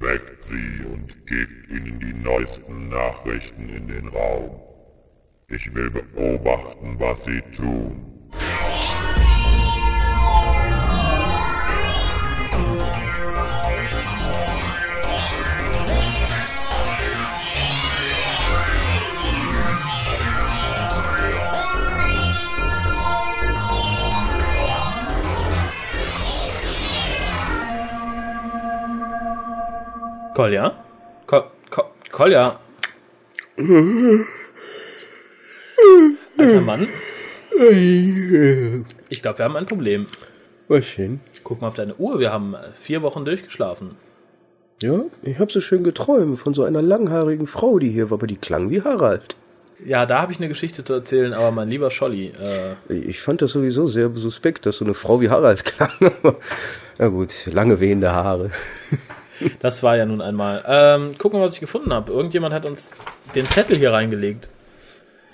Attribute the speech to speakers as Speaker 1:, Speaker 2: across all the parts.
Speaker 1: weckt sie und gebt ihnen die neuesten Nachrichten in den Raum. Ich will beobachten, was sie tun.
Speaker 2: Kolja? Ko Ko Kolja? Alter Mann, ich glaube, wir haben ein Problem.
Speaker 3: Was denn?
Speaker 2: Guck mal auf deine Uhr, wir haben äh, vier Wochen durchgeschlafen.
Speaker 3: Ja, ich hab so schön geträumt von so einer langhaarigen Frau, die hier war, aber die klang wie Harald.
Speaker 2: Ja, da habe ich eine Geschichte zu erzählen, aber mein lieber Scholli, äh,
Speaker 3: Ich fand das sowieso sehr suspekt, dass so eine Frau wie Harald klang. Na gut, lange wehende Haare.
Speaker 2: das war ja nun einmal. Ähm, guck mal, was ich gefunden habe. Irgendjemand hat uns den Zettel hier reingelegt.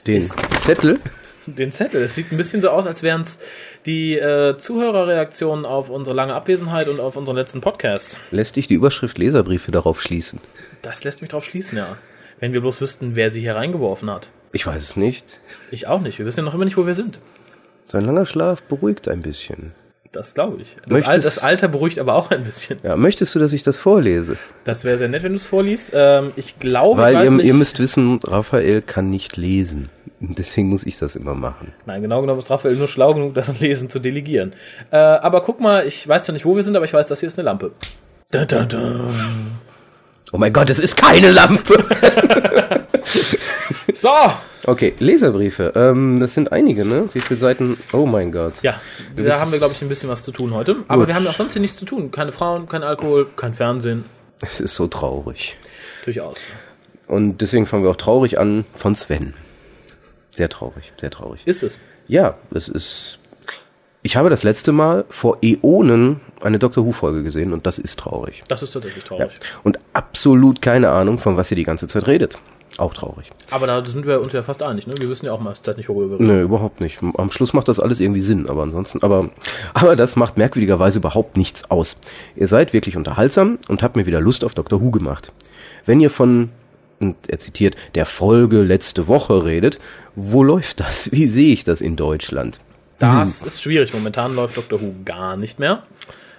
Speaker 3: Den Zettel?
Speaker 2: Den Zettel. Es sieht ein bisschen so aus, als wären es die äh, Zuhörerreaktionen auf unsere lange Abwesenheit und auf unseren letzten Podcast.
Speaker 3: Lässt dich die Überschrift Leserbriefe darauf schließen?
Speaker 2: Das lässt mich drauf schließen, ja. Wenn wir bloß wüssten, wer sie hier reingeworfen hat.
Speaker 3: Ich weiß es nicht.
Speaker 2: Ich auch nicht. Wir wissen ja noch immer nicht, wo wir sind.
Speaker 3: Sein langer Schlaf beruhigt ein bisschen.
Speaker 2: Das glaube ich. Das,
Speaker 3: Möchtest-
Speaker 2: Al das Alter beruhigt aber auch ein bisschen.
Speaker 3: Ja, möchtest du, dass ich das vorlese?
Speaker 2: Das wäre sehr nett, wenn du es vorliest. Ähm, ich glaube, ich
Speaker 3: Weil
Speaker 2: weiß
Speaker 3: ihr,
Speaker 2: nicht.
Speaker 3: ihr müsst wissen, Raphael kann nicht lesen. Deswegen muss ich das immer machen.
Speaker 2: Nein, genau genommen ist Raphael nur schlau genug, das Lesen zu delegieren. Äh, aber guck mal, ich weiß ja nicht, wo wir sind, aber ich weiß, das hier ist eine Lampe. Da, da, da.
Speaker 3: Oh mein Gott, es ist keine Lampe!
Speaker 2: So!
Speaker 3: Okay, Leserbriefe. Ähm, das sind einige, ne? Wie viele Seiten? Oh mein Gott.
Speaker 2: Ja, da
Speaker 3: Du bist-
Speaker 2: haben wir, glaube ich, ein bisschen was zu tun heute. Aber
Speaker 3: Gut.
Speaker 2: wir haben auch sonst hier nichts zu tun. Keine Frauen, kein Alkohol, kein Fernsehen.
Speaker 3: Es ist so traurig.
Speaker 2: Durchaus.
Speaker 3: Und deswegen fangen wir auch traurig an von Sven. Sehr traurig, sehr traurig.
Speaker 2: Ist es.
Speaker 3: Ja, das ist. Ich habe das letzte Mal vor Äonen eine Doctor Who-Folge gesehen und das ist traurig.
Speaker 2: Das ist tatsächlich
Speaker 3: Ja.
Speaker 2: traurig.
Speaker 3: Und absolut keine Ahnung, von was ihr die ganze Zeit redet. Auch traurig.
Speaker 2: Aber da sind wir uns ja fast einig, ne? Wir wissen ja auch mal, es Zeit nicht, worüber wir reden.
Speaker 3: Nö, überhaupt nicht. Am Schluss macht das alles irgendwie Sinn, aber ansonsten, aber, aber das macht merkwürdigerweise überhaupt nichts aus. Ihr seid wirklich unterhaltsam und habt mir wieder Lust auf Dr. Who gemacht. Wenn ihr von, und er zitiert, der Folge letzte Woche redet, wo läuft das? Wie sehe ich das in Deutschland?
Speaker 2: Das ist schwierig. Momentan läuft Doctor Who gar nicht mehr.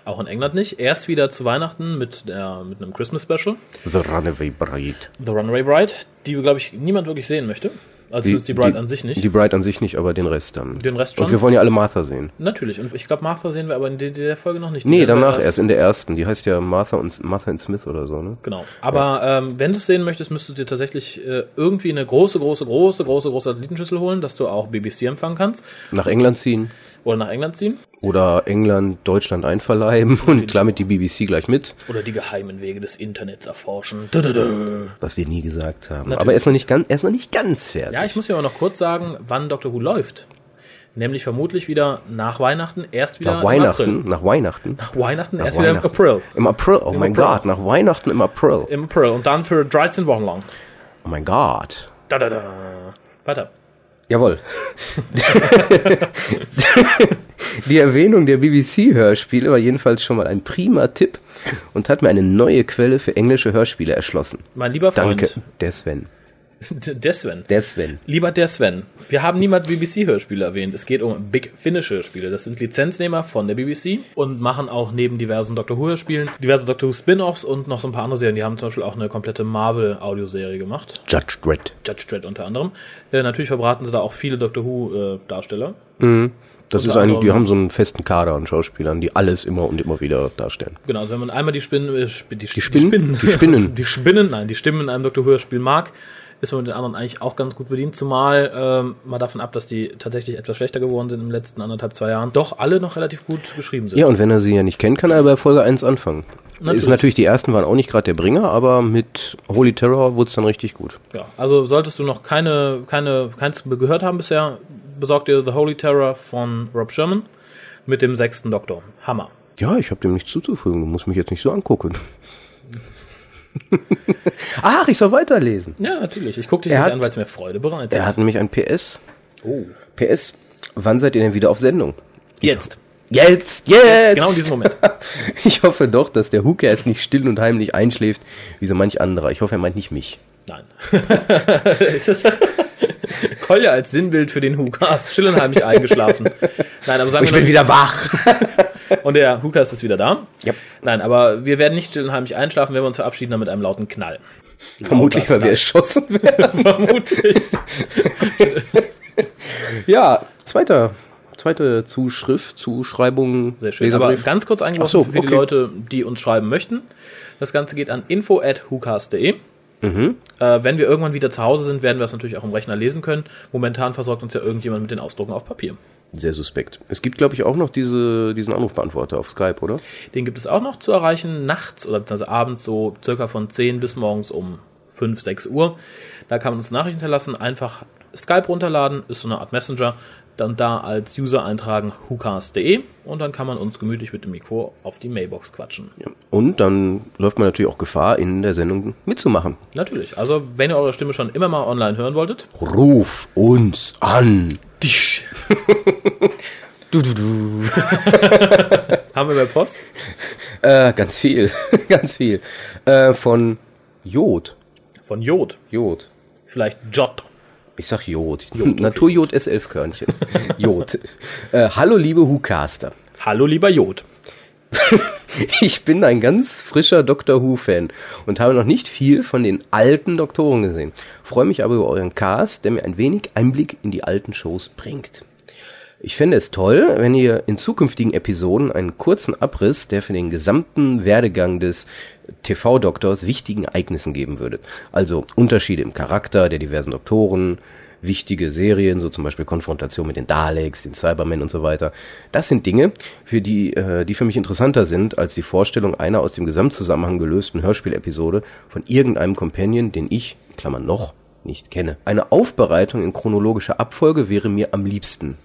Speaker 2: Auch in England nicht. Erst wieder zu Weihnachten mit, der, mit einem Christmas Special.
Speaker 3: The Runaway Bride.
Speaker 2: The Runaway Bride, die, glaube ich, niemand wirklich sehen möchte. Also zumindest die Bride an sich nicht.
Speaker 3: Die Bride an sich nicht, aber den Rest dann.
Speaker 2: Den Rest schon?
Speaker 3: Und wir wollen ja alle Martha sehen.
Speaker 2: Natürlich. Und ich glaube, Martha sehen wir aber in der, der Folge noch nicht. Die
Speaker 3: Nee,
Speaker 2: werden wir
Speaker 3: danach erst in der ersten. Die heißt ja Martha und Martha and Smith oder so, ne?
Speaker 2: Genau. Aber ähm, wenn du es sehen möchtest, müsstest du dir tatsächlich äh, irgendwie eine große, große, große, große, große Satellitenschüssel holen, dass du auch BBC empfangen kannst.
Speaker 3: Nach England ziehen.
Speaker 2: Oder nach England ziehen.
Speaker 3: oder England, Deutschland einverleiben und damit die BBC gleich mit,
Speaker 2: Oder die geheimen Wege des Internets erforschen. Dö, dö, dö.
Speaker 3: was wir nie gesagt haben. Aber erstmal nicht ganz, erstmal nicht ganz fertig.
Speaker 2: Ja, ich muss ja aber noch kurz sagen, wann Doctor Who läuft. Nämlich vermutlich wieder nach Weihnachten, erst wieder
Speaker 3: nach
Speaker 2: im
Speaker 3: Weihnachten,
Speaker 2: April.
Speaker 3: nach Weihnachten.
Speaker 2: Weihnachten,
Speaker 3: Nach
Speaker 2: erst wieder im
Speaker 3: Weihnachten.
Speaker 2: April.
Speaker 3: Im April, oh mein
Speaker 2: April.
Speaker 3: Gott, nach Weihnachten im April.
Speaker 2: Im April. Und dann für 13 Wochen lang.
Speaker 3: Oh mein Gott.
Speaker 2: Da, da, da. Weiter.
Speaker 3: Jawohl. die Erwähnung der BBC-Hörspiele war jedenfalls schon mal ein prima Tipp und hat mir eine neue Quelle für englische Hörspiele erschlossen.
Speaker 2: Mein lieber Freund.
Speaker 3: Danke, der Sven.
Speaker 2: Der Sven.
Speaker 3: Der Sven.
Speaker 2: Lieber der Sven, wir haben niemals BBC-Hörspiele erwähnt. Es geht um Big Finish-Hörspiele. Das sind Lizenznehmer von der BBC und machen auch neben diversen Doctor Who-Hörspielen diverse Doctor Who-Spin-Offs und noch so ein paar andere Serien. Die haben zum Beispiel auch eine komplette Marvel-Audioserie gemacht.
Speaker 3: Judge Dredd.
Speaker 2: Judge Dredd unter anderem. Äh, natürlich verbraten sie da auch viele Doctor äh, Who-Darsteller.
Speaker 3: Das ist
Speaker 2: Unter
Speaker 3: ein, die
Speaker 2: anderem-
Speaker 3: haben so einen festen Kader an Schauspielern, die alles immer und immer wieder darstellen.
Speaker 2: Genau, also wenn man einmal die Spinnen, äh, Sp- die, Sp-
Speaker 3: Spinnen?
Speaker 2: die
Speaker 3: Die
Speaker 2: Spinnen,
Speaker 3: Spinnen.
Speaker 2: die Spinnen, nein, die Stimmen in einem Dr. Who-Spiel mag, ist man mit den anderen eigentlich auch ganz gut bedient, zumal ähm, mal davon ab, dass die tatsächlich etwas schlechter geworden sind im letzten anderthalb, zwei Jahren, doch alle noch relativ gut beschrieben sind.
Speaker 3: Ja, und wenn er sie ja nicht kennt, kann er bei Folge 1 anfangen.
Speaker 2: Natürlich.
Speaker 3: Ist natürlich, die ersten waren auch nicht gerade der Bringer, aber mit Holy Terror wurde es dann richtig gut.
Speaker 2: Ja, also solltest du noch keine, keine, keins gehört haben bisher, besorgt dir The Holy Terror von Rob Sherman mit dem sechsten Doktor. Hammer.
Speaker 3: Ja, ich habe dem nichts zuzufügen, du musst mich jetzt nicht so angucken. Ach, ich soll weiterlesen.
Speaker 2: Ja, natürlich. Ich gucke dich
Speaker 3: Er
Speaker 2: nicht
Speaker 3: hat-
Speaker 2: an, weil es mir Freude bereitet.
Speaker 3: Er hat nämlich ein PS.
Speaker 2: oh.
Speaker 3: PS, wann seid ihr denn wieder auf Sendung?
Speaker 2: Jetzt.
Speaker 3: Jetzt, jetzt!
Speaker 2: Genau in diesem Moment.
Speaker 3: Ich hoffe doch, dass der Hooker jetzt nicht still und heimlich einschläft, wie so manch anderer. Ich hoffe, er meint nicht mich.
Speaker 2: Nein. Es ist- Kolja als Sinnbild für den Hooker. Ist Still und heimlich eingeschlafen. Nein, aber sagen
Speaker 3: Ich
Speaker 2: wir
Speaker 3: bin
Speaker 2: mal-
Speaker 3: wieder wach.
Speaker 2: Und der Hooker ist jetzt wieder da.
Speaker 3: Yep.
Speaker 2: Nein, aber wir werden nicht still und heimlich einschlafen, wenn wir uns verabschieden dann mit einem lauten Knall.
Speaker 3: Vermutlich, weil wir erschossen werden.
Speaker 2: Vermutlich.
Speaker 3: Ja, zweiter, zweite Zuschrift, Zuschreibung.
Speaker 2: Sehr schön. Aber
Speaker 3: Leserbrief.
Speaker 2: ganz kurz eingeworfen
Speaker 3: Ach so,
Speaker 2: für die
Speaker 3: okay.
Speaker 2: Leute, die uns schreiben möchten. Das Ganze geht an info.hukas.de.
Speaker 3: Mhm.
Speaker 2: Äh, wenn wir irgendwann wieder zu Hause sind, werden wir es natürlich auch im Rechner lesen können. Momentan versorgt uns ja irgendjemand mit den Ausdrucken auf Papier.
Speaker 3: Sehr suspekt. Es gibt, glaube ich, auch noch diese, diesen Anrufbeantworter auf Skype, oder?
Speaker 2: Den gibt es auch noch zu erreichen nachts oder beziehungsweise abends so circa von 10 bis morgens um 5, 6 Uhr. Da kann man uns Nachrichten hinterlassen, einfach Skype runterladen, ist so eine Art Messenger, dann da als User eintragen hukas.de und dann kann man uns gemütlich mit dem Mikro auf die Mailbox quatschen.
Speaker 3: Und dann läuft man natürlich auch Gefahr, in der Sendung mitzumachen.
Speaker 2: Natürlich, also wenn ihr eure Stimme schon immer mal online hören wolltet,
Speaker 3: Ruf uns an.
Speaker 2: Dich.
Speaker 3: Du, du, du.
Speaker 2: haben wir bei Post.
Speaker 3: Äh, ganz viel, ganz viel. Äh, von Jod.
Speaker 2: Von Jod,
Speaker 3: Jod.
Speaker 2: vielleicht Jot.
Speaker 3: Ich sag Jod. Naturjod S11-Körnchen. Jod. Äh, hallo, liebe Hucaster.
Speaker 2: Hallo lieber Jod.
Speaker 3: Ich bin ein ganz frischer Doctor Who-Fan und habe noch nicht viel von den alten Doktoren gesehen. Freue mich aber über euren Cast, der mir ein wenig Einblick in die alten Shows bringt. Ich fände es toll, wenn ihr in zukünftigen Episoden einen kurzen Abriss der für den gesamten Werdegang des TV-Doktors wichtigen Ereignissen geben würdet. Also Unterschiede im Charakter der diversen Doktoren, wichtige Serien, so zum Beispiel Konfrontation mit den Daleks, den Cybermen und so weiter. Das sind Dinge, für die, äh, die für mich interessanter sind als die Vorstellung einer aus dem Gesamtzusammenhang gelösten Hörspielepisode von irgendeinem Companion, den ich, Klammern noch, nicht kenne. Eine Aufbereitung in chronologischer Abfolge wäre mir am liebsten.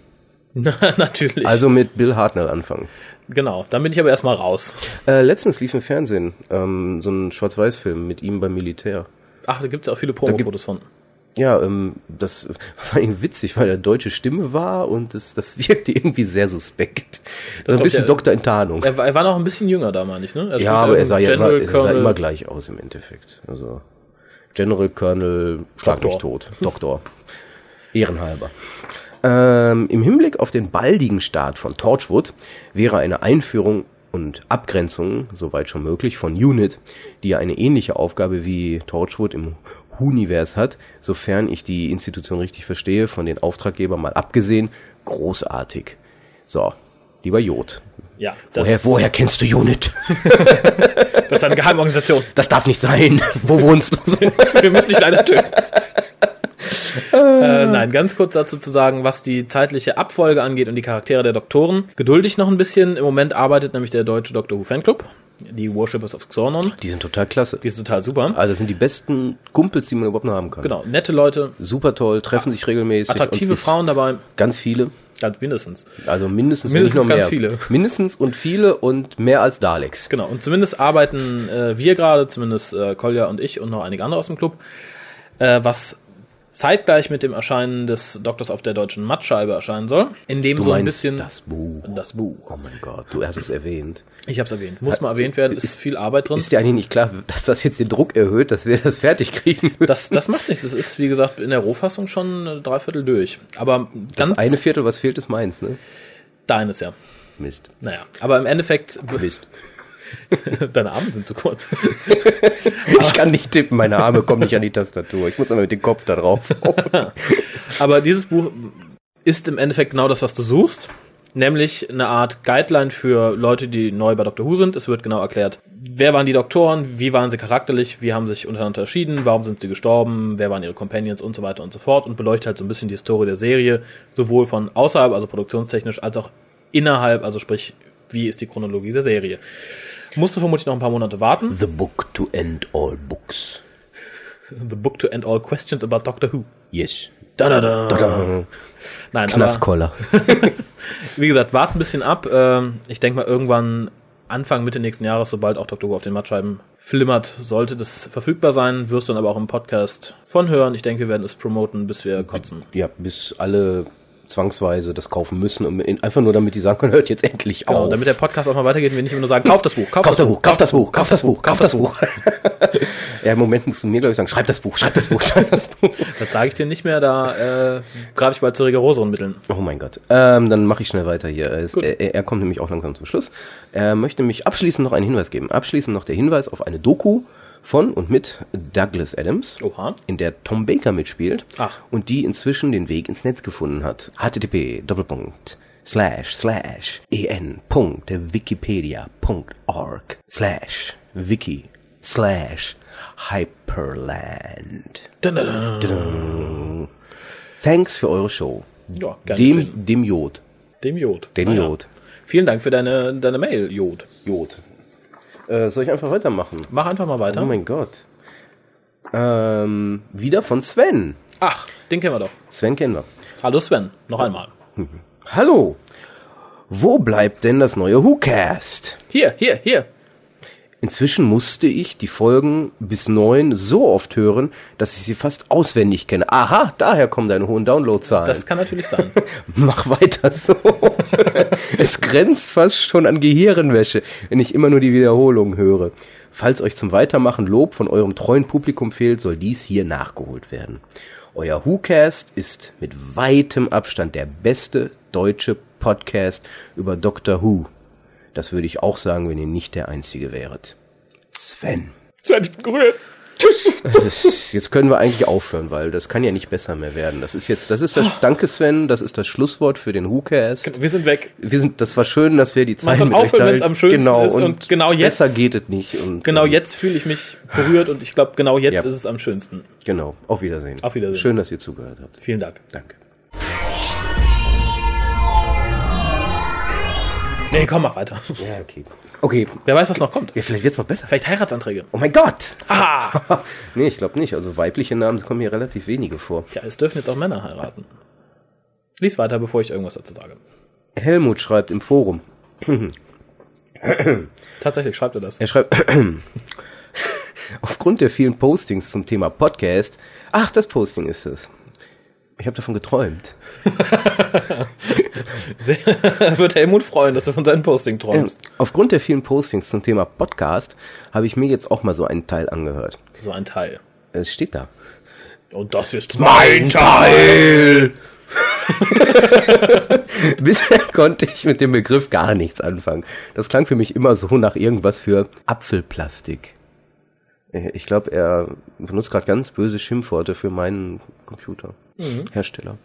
Speaker 2: Na, natürlich.
Speaker 3: Also mit Bill Hartnell anfangen.
Speaker 2: genau, dann bin ich aber erstmal raus.
Speaker 3: Äh, letztens lief im Fernsehen ähm, so ein Schwarz-Weiß-Film mit ihm beim Militär.
Speaker 2: Ach, da gibt es auch viele Promo-Fotos von.
Speaker 3: Ja, ähm, das war irgendwie witzig, weil er deutsche Stimme war und das, das wirkte irgendwie sehr suspekt. Das so ein
Speaker 2: kommt
Speaker 3: bisschen
Speaker 2: ja-
Speaker 3: Doktor in Tarnung.
Speaker 2: Er war, er war noch ein bisschen jünger da, meine ich, ne?
Speaker 3: Ja, aber er sah ja immer, er sah immer gleich aus im Endeffekt. Also General Colonel Schlag mich
Speaker 2: Doktor.
Speaker 3: tot. Doktor. Ehrenhalber. Ähm, Im Hinblick auf den baldigen Start von Torchwood wäre eine Einführung und Abgrenzung, soweit schon möglich, von Unit, die ja eine ähnliche Aufgabe wie Torchwood im Univers hat, sofern ich die Institution richtig verstehe, von den Auftraggebern mal abgesehen, großartig. So, lieber Jod.
Speaker 2: Ja, das,
Speaker 3: Woher, woher kennst du Unit?
Speaker 2: das ist eine Geheimorganisation.
Speaker 3: das darf nicht sein. Wo wohnst du? So.
Speaker 2: Wir müssen dich leider töten. Äh, nein, ganz kurz dazu zu sagen, was die zeitliche Abfolge angeht und die Charaktere der Doktoren. Geduldig noch ein bisschen. Im Moment arbeitet nämlich der deutsche Doctor Who Fanclub, die Worshippers of Xornon.
Speaker 3: Die sind total klasse.
Speaker 2: Die ist total super.
Speaker 3: Also das sind die besten Kumpels, die man überhaupt noch haben kann.
Speaker 2: Genau, nette Leute,
Speaker 3: Super toll, treffen sich regelmäßig.
Speaker 2: attraktive
Speaker 3: und ist
Speaker 2: Frauen dabei,
Speaker 3: Ganz viele.
Speaker 2: ganz mindestens.
Speaker 3: Also mindestens, wenn
Speaker 2: Mindestens
Speaker 3: nicht noch
Speaker 2: ganz
Speaker 3: mehr.
Speaker 2: viele.
Speaker 3: Mindestens und viele und mehr als Daleks.
Speaker 2: Genau, und zumindest arbeiten äh, wir gerade, zumindest äh, Kolja und ich und noch einige andere aus dem Club, äh, was zeitgleich mit dem Erscheinen des Doktors auf der deutschen Mattscheibe erscheinen soll, in dem so ein
Speaker 3: meinst
Speaker 2: bisschen
Speaker 3: das Buch.
Speaker 2: das Buch.
Speaker 3: Oh mein Gott, du hast es erwähnt.
Speaker 2: Ich habe es erwähnt, muss mal erwähnt werden, ist, viel Arbeit drin.
Speaker 3: Ist dir eigentlich nicht klar, dass das jetzt den Druck erhöht, dass wir das fertig kriegen müssen?
Speaker 2: das, das macht nichts. Das ist, wie gesagt, in der Rohfassung schon äh, dreiviertel durch. Aber ganz
Speaker 3: das eine Viertel, was fehlt, ist meins, ne?
Speaker 2: deines, ja.
Speaker 3: Mist.
Speaker 2: Naja, aber im Endeffekt,
Speaker 3: Mist.
Speaker 2: deine Arme sind zu kurz.
Speaker 3: Ich kann nicht tippen, meine Arme kommen nicht an die Tastatur. Ich muss einmal mit dem Kopf da drauf.
Speaker 2: Aber dieses Buch ist im Endeffekt genau das, was du suchst. Nämlich eine Art Guideline für Leute, die neu bei Doctor Who sind. Es wird genau erklärt, wer waren die Doktoren, wie waren sie charakterlich, wie haben sich untereinander unterschieden, warum sind sie gestorben, wer waren ihre Companions und so weiter und so fort und beleuchtet halt so ein bisschen die Historie der Serie, sowohl von außerhalb, also produktionstechnisch, als auch innerhalb, also sprich, wie ist die Chronologie der Serie. Musst du vermutlich noch ein paar Monate warten.
Speaker 3: The book to end all books.
Speaker 2: The book to end all questions about Doctor Who.
Speaker 3: Yes.
Speaker 2: Da, da, da. Nein, aber-
Speaker 3: Knaskoller.
Speaker 2: wie gesagt, wart ein bisschen ab. Ähm, Ich denke mal, irgendwann Anfang, Mitte nächsten Jahres, sobald auch Dr. Who auf den Mattscheiben flimmert, sollte das verfügbar sein. Wirst du dann aber auch im Podcast von hören. Ich denke, wir werden es promoten, bis wir kotzen.
Speaker 3: Ja, bis alle zwangsweise das kaufen müssen, um in, einfach nur damit die sagen können, hört jetzt endlich
Speaker 2: Genau,
Speaker 3: auf.
Speaker 2: damit der Podcast auch mal weitergeht, wenn ich immer nur sagen, kauf das Buch, kauf,
Speaker 3: Kauf das Buch, kauf das Buch, kauf das Buch, kauf das Buch. ja, im Moment musst du mir, glaube ich, sagen, schreib das Buch, schreib das Buch, schreib das Buch.
Speaker 2: Das sage ich dir nicht mehr, da äh, grabe ich bald zu rigoroseren Mitteln.
Speaker 3: Oh mein Gott. Ähm, dann mache ich schnell weiter hier. Es, er, er kommt nämlich auch langsam zum Schluss. Er möchte mich abschließend noch einen Hinweis geben. Abschließend noch der Hinweis auf eine Doku von und mit Douglas Adams,
Speaker 2: Oha.
Speaker 3: in der Tom Baker mitspielt
Speaker 2: Ach.
Speaker 3: und die inzwischen den Weg ins Netz gefunden hat. http Doppelpunkt slash slash E en.wikipedia.org slash wiki slash hyperland. Dun. Thanks für eure Show.
Speaker 2: Ja, gerne geschehen.
Speaker 3: Dem, dem Jod.
Speaker 2: Dem Jod.
Speaker 3: Dem
Speaker 2: Naja.
Speaker 3: Jod.
Speaker 2: Vielen Dank für deine, deine Mail, Jod.
Speaker 3: Jod. Äh, soll ich einfach weitermachen?
Speaker 2: Mach einfach mal weiter.
Speaker 3: Oh mein Gott. Ähm, wieder von Sven.
Speaker 2: Ach, den kennen wir doch.
Speaker 3: Sven kennen wir.
Speaker 2: Hallo Sven, noch einmal.
Speaker 3: Hallo. Wo bleibt denn das neue WhoCast?
Speaker 2: Hier, hier, hier.
Speaker 3: Inzwischen musste ich die Folgen bis neun so oft hören, dass ich sie fast auswendig kenne. Aha, daher kommen deine hohen Downloadzahlen.
Speaker 2: Das kann natürlich sein.
Speaker 3: Mach weiter so. es grenzt fast schon an Gehirnwäsche, wenn ich immer nur die Wiederholung höre. Falls euch zum Weitermachen Lob von eurem treuen Publikum fehlt, soll dies hier nachgeholt werden. Euer WhoCast ist mit weitem Abstand der beste deutsche Podcast über Doctor Who. Das würde ich auch sagen, wenn ihr nicht der Einzige wäret. Sven.
Speaker 2: Sven, ich bin gerührt.
Speaker 3: Das ist, jetzt können wir eigentlich aufhören, weil das kann ja nicht besser mehr werden. Das ist jetzt, das ist das, danke Sven, das ist das Schlusswort für den WhoCast
Speaker 2: Wir sind weg.
Speaker 3: wir sind, das war schön, dass wir die Zeit
Speaker 2: soll
Speaker 3: mit euch
Speaker 2: aufhören,
Speaker 3: teilen.
Speaker 2: wenn's am schönsten
Speaker 3: genau,
Speaker 2: ist
Speaker 3: und,
Speaker 2: und genau jetzt-
Speaker 3: besser geht es nicht. Und,
Speaker 2: Genau
Speaker 3: ähm,
Speaker 2: jetzt fühle ich mich berührt und ich glaube, genau jetzt
Speaker 3: Ja.
Speaker 2: ist es am schönsten.
Speaker 3: Genau, auf Wiedersehen.
Speaker 2: Auf Wiedersehen.
Speaker 3: Schön, dass ihr zugehört habt.
Speaker 2: Vielen Dank.
Speaker 3: Danke.
Speaker 2: Nee, komm, mach weiter.
Speaker 3: Ja, okay. Okay,
Speaker 2: Wer weiß, was noch kommt.
Speaker 3: ja, vielleicht wird's noch besser.
Speaker 2: Vielleicht Heiratsanträge.
Speaker 3: Oh mein Gott!
Speaker 2: Ah!
Speaker 3: nee, ich glaube nicht. Also weibliche Namen kommen hier relativ wenige vor.
Speaker 2: Tja, es dürfen jetzt auch Männer heiraten. Lies weiter, bevor ich irgendwas dazu sage.
Speaker 3: Helmut schreibt im Forum.
Speaker 2: Tatsächlich schreibt er das.
Speaker 3: Er schreibt, aufgrund der vielen Postings zum Thema Podcast, ach, das Posting ist es. Ich habe davon geträumt.
Speaker 2: Sehr, wird Helmut freuen, dass du von seinem Posting träumst.
Speaker 3: Ähm, Aufgrund der vielen Postings zum Thema Podcast habe ich mir jetzt auch mal so einen Teil angehört.
Speaker 2: So ein Teil.
Speaker 3: Es steht da.
Speaker 2: Und das ist
Speaker 3: Mein Teil! Bisher konnte ich mit dem Begriff gar nichts anfangen. Das klang für mich immer so nach irgendwas für Apfelplastik. Äh, Ich glaube, er benutzt gerade ganz böse Schimpfworte für meinen Computerhersteller.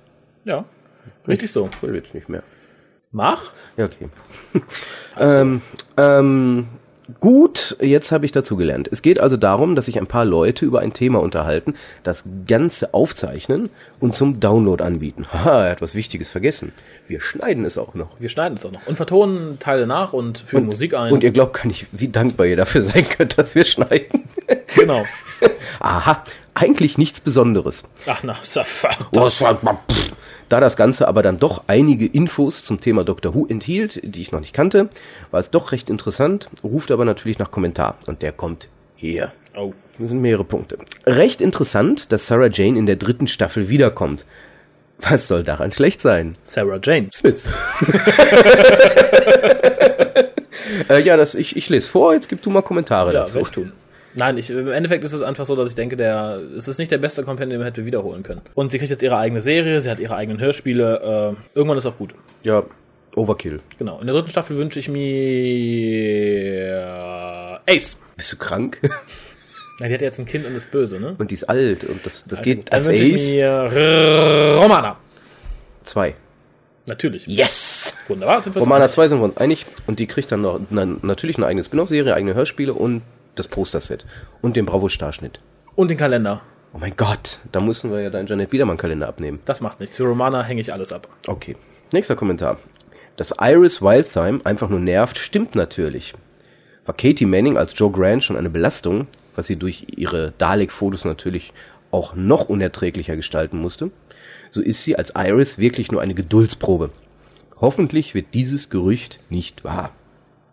Speaker 2: Ja, richtig so.
Speaker 3: Will jetzt nicht mehr.
Speaker 2: Mach.
Speaker 3: Ja, okay. ähm, ähm, gut, jetzt habe ich dazu gelernt. Es geht also darum, dass sich ein paar Leute über ein Thema unterhalten, das Ganze aufzeichnen und zum Download anbieten. Haha, er hat was Wichtiges vergessen. Wir schneiden es auch noch.
Speaker 2: Wir schneiden es auch noch. Und vertonen Teile nach und fügen Musik ein.
Speaker 3: Und ihr glaubt gar nicht, wie dankbar ihr dafür sein könnt, dass wir schneiden.
Speaker 2: genau.
Speaker 3: Aha, eigentlich nichts Besonderes.
Speaker 2: Ach na, Safa.
Speaker 3: Da das Ganze aber dann doch einige Infos zum Thema Doctor Who enthielt, die ich noch nicht kannte, war es doch recht interessant, ruft aber natürlich nach Kommentar. Und der kommt hier.
Speaker 2: Oh.
Speaker 3: Das sind mehrere Punkte. Recht interessant, dass Sarah Jane in der dritten Staffel wiederkommt. Was soll daran schlecht sein?
Speaker 2: Sarah Jane.
Speaker 3: Smith. äh, ja, das, ich, ich lese vor, jetzt gib du mal Kommentare
Speaker 2: Ja,
Speaker 3: dazu.
Speaker 2: werd ich tun. Nein, ich, im Endeffekt ist es einfach so, dass ich denke, der, es ist nicht der beste Companion, den man hätte wiederholen können. Und sie kriegt jetzt ihre eigene Serie, sie hat ihre eigenen Hörspiele, äh, irgendwann ist auch gut.
Speaker 3: Ja, Overkill.
Speaker 2: Genau. In der dritten Staffel wünsche ich mir äh, Ace.
Speaker 3: Bist du krank?
Speaker 2: Na, die hat jetzt ein Kind und ist böse, ne?
Speaker 3: Und die ist alt und das, das geht
Speaker 2: Dann
Speaker 3: als
Speaker 2: wünsche ich
Speaker 3: Ace.
Speaker 2: mir R- Romana.
Speaker 3: Zwei.
Speaker 2: Natürlich.
Speaker 3: Yes!
Speaker 2: Wunderbar. Sind wir uns
Speaker 3: Romana
Speaker 2: einig.
Speaker 3: 2 sind wir uns einig und die kriegt dann noch na, natürlich eine eigene Spin-off-Serie, eigene Hörspiele und das Poster-Set und den Bravo-Starschnitt.
Speaker 2: Und den Kalender.
Speaker 3: Oh mein Gott, da müssen wir ja deinen Janet Biedermann-Kalender abnehmen.
Speaker 2: Das macht nichts. Für Romana hänge ich alles ab.
Speaker 3: Okay, nächster Kommentar. Dass Iris Wildthyme einfach nur nervt, stimmt natürlich. War Katie Manning als Joe Grant schon eine Belastung, was sie durch ihre Dalek-Fotos natürlich auch noch unerträglicher gestalten musste, so ist sie als Iris wirklich nur eine Geduldsprobe. Hoffentlich wird dieses Gerücht nicht wahr.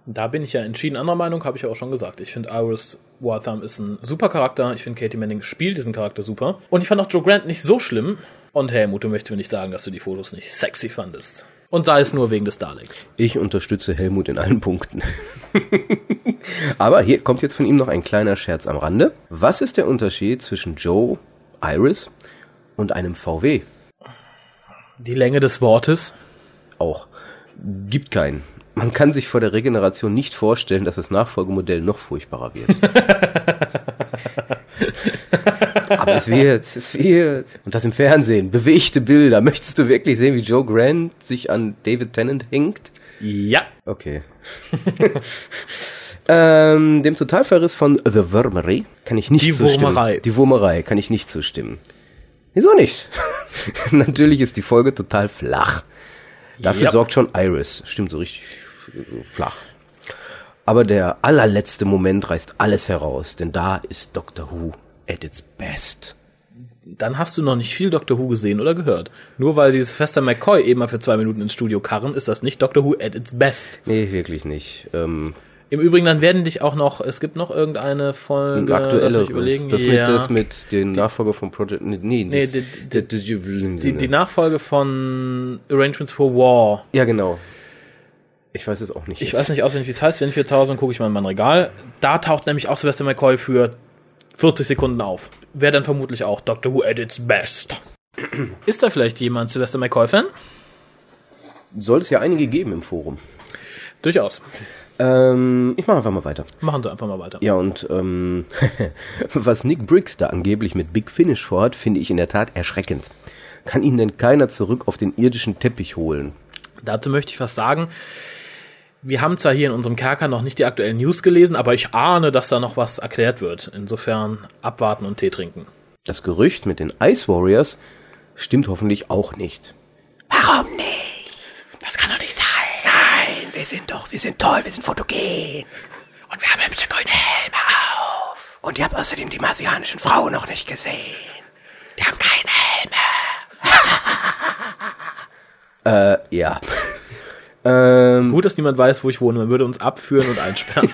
Speaker 2: Da bin ich ja entschieden anderer Meinung, habe ich ja auch schon gesagt. Ich finde Iris Waltham ist ein super Charakter. Ich finde Katie Manning spielt diesen Charakter super. Und ich fand auch Joe Grant nicht so schlimm. Und Helmut, du möchtest mir nicht sagen, dass du die Fotos nicht sexy fandest. Und sei es nur wegen des Daleks.
Speaker 3: Ich unterstütze Helmut in allen Punkten. Aber hier kommt jetzt von ihm noch ein kleiner Scherz am Rande. Was ist der Unterschied zwischen Joe, Iris und einem VW?
Speaker 2: Die Länge des Wortes.
Speaker 3: Auch. Gibt keinen. Man kann sich vor der Regeneration nicht vorstellen, dass das Nachfolgemodell noch furchtbarer wird. Aber es wird, es wird. Und das im Fernsehen. Bewegte Bilder. Möchtest du wirklich sehen, wie Joe Grant sich an David Tennant hängt?
Speaker 2: Ja.
Speaker 3: Okay. ähm, dem Totalverriss von The Wurmerei kann ich nicht
Speaker 2: Die
Speaker 3: zustimmen.
Speaker 2: Wurmerei.
Speaker 3: Die Wurmerei kann ich nicht zustimmen. Wieso nicht? Natürlich ist die Folge total flach. Dafür
Speaker 2: Ja.
Speaker 3: sorgt schon Iris. Stimmt so richtig äh, flach. Aber der allerletzte Moment reißt alles heraus, denn da ist Doctor Who at its best.
Speaker 2: Dann hast du noch nicht viel Doctor Who gesehen oder gehört. Nur weil sie Fester McCoy eben mal für zwei Minuten ins Studio karren, ist das nicht Doctor Who at its best.
Speaker 3: Nee, wirklich nicht. Ähm,
Speaker 2: Im Übrigen, dann werden dich auch noch, es gibt noch irgendeine Folge, Äh, lass
Speaker 3: aktuelle
Speaker 2: mich überlegen,
Speaker 3: das,
Speaker 2: ja.
Speaker 3: mit, das mit den Nachfolger von Project nee, nee,
Speaker 2: Nee,
Speaker 3: das,
Speaker 2: die-
Speaker 3: die, die,
Speaker 2: die, die Nachfolge von Arrangements for War.
Speaker 3: ja genau ich weiß es auch nicht
Speaker 2: Ich
Speaker 3: jetzt.
Speaker 2: weiß nicht auswendig, wie es heißt. Wenn ich zu Hause bin, gucke ich mal in mein Regal. Da taucht nämlich auch Sylvester McCoy für 40 Sekunden auf. Wäre dann vermutlich auch Doctor Who at its best. Ist da vielleicht jemand Sylvester McCoy-Fan?
Speaker 3: soll es ja einige geben im Forum
Speaker 2: Durchaus.
Speaker 3: ähm, ich mache einfach mal weiter
Speaker 2: Machen Sie einfach mal weiter.
Speaker 3: ja und ähm, was Nick Briggs da angeblich mit Big Finish vorhat finde ich in der Tat erschreckend kann ihn denn keiner zurück auf den irdischen Teppich holen
Speaker 2: Dazu möchte ich was sagen. Wir haben zwar hier in unserem Kerker noch nicht die aktuellen News gelesen, aber ich ahne, dass da noch was erklärt wird. Insofern abwarten und Tee trinken.
Speaker 3: das Gerücht mit den Ice Warriors stimmt hoffentlich auch nicht warum nicht
Speaker 2: Das kann doch nicht sein.
Speaker 3: Nein, wir sind doch, wir sind toll, wir sind fotogen. Und wir haben hübsche grüne Helme auf. Und ihr habt außerdem die marsianischen Frauen noch nicht gesehen. Die haben keine Helme. äh, ja. ähm,
Speaker 2: Gut, dass niemand weiß, wo ich wohne. Man würde uns abführen und einsperren.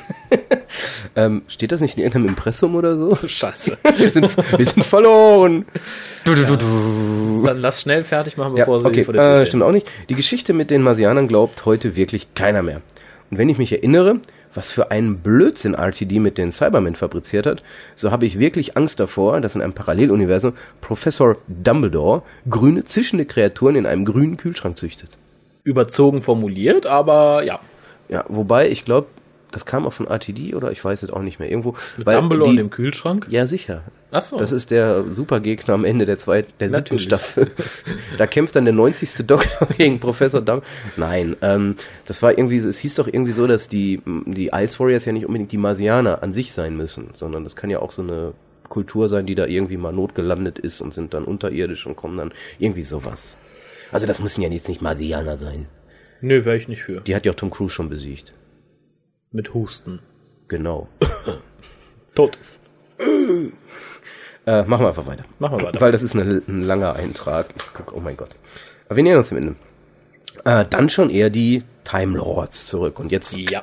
Speaker 3: ähm, steht das nicht in irgendeinem Impressum oder so?
Speaker 2: Scheiße.
Speaker 3: Wir sind, wir sind verloren. Du, du, du, du.
Speaker 2: Dann lass schnell fertig machen,
Speaker 3: Ja,
Speaker 2: bevor sie
Speaker 3: okay,
Speaker 2: vor der Tür
Speaker 3: äh,
Speaker 2: stehen.
Speaker 3: stimmt auch nicht. Die Geschichte mit den Marsianern glaubt heute wirklich keiner mehr. Und wenn ich mich erinnere, was für einen Blödsinn RTD mit den Cybermen fabriziert hat, so habe ich wirklich Angst davor, dass in einem Paralleluniversum Professor Dumbledore grüne zischende Kreaturen in einem grünen Kühlschrank züchtet.
Speaker 2: Überzogen formuliert, aber ja.
Speaker 3: Ja, wobei ich glaube, das kam auch von RTD oder ich weiß es auch nicht mehr irgendwo.
Speaker 2: Mit Dumbledore
Speaker 3: die,
Speaker 2: in dem Kühlschrank?
Speaker 3: ja, sicher.
Speaker 2: Achso.
Speaker 3: Das ist der Supergegner am Ende der zweiten, der siebten
Speaker 2: Natürlich.
Speaker 3: Staffel. Da kämpft dann der 90. Doktor gegen Professor Damm. Nein, ähm, das war irgendwie, so- es hieß doch irgendwie so, dass die, die Ice Warriors ja nicht unbedingt die Marsianer an sich sein müssen, sondern das kann ja auch so eine Kultur sein, die da irgendwie mal notgelandet ist und sind dann unterirdisch und kommen dann irgendwie sowas. Also das müssen ja jetzt nicht Marsianer sein.
Speaker 2: Nö, wäre ich nicht für.
Speaker 3: Die hat ja auch Tom Cruise schon besiegt.
Speaker 2: Mit Husten.
Speaker 3: Genau.
Speaker 2: Tot.
Speaker 3: Äh, machen wir einfach weiter.
Speaker 2: Machen wir weiter.
Speaker 3: Weil das ist eine, ein langer Eintrag. Ich guck, oh mein Gott. Aber wir nähern uns dem Ende. Äh, dann schon eher die Time Lords zurück. Und jetzt
Speaker 2: Ja.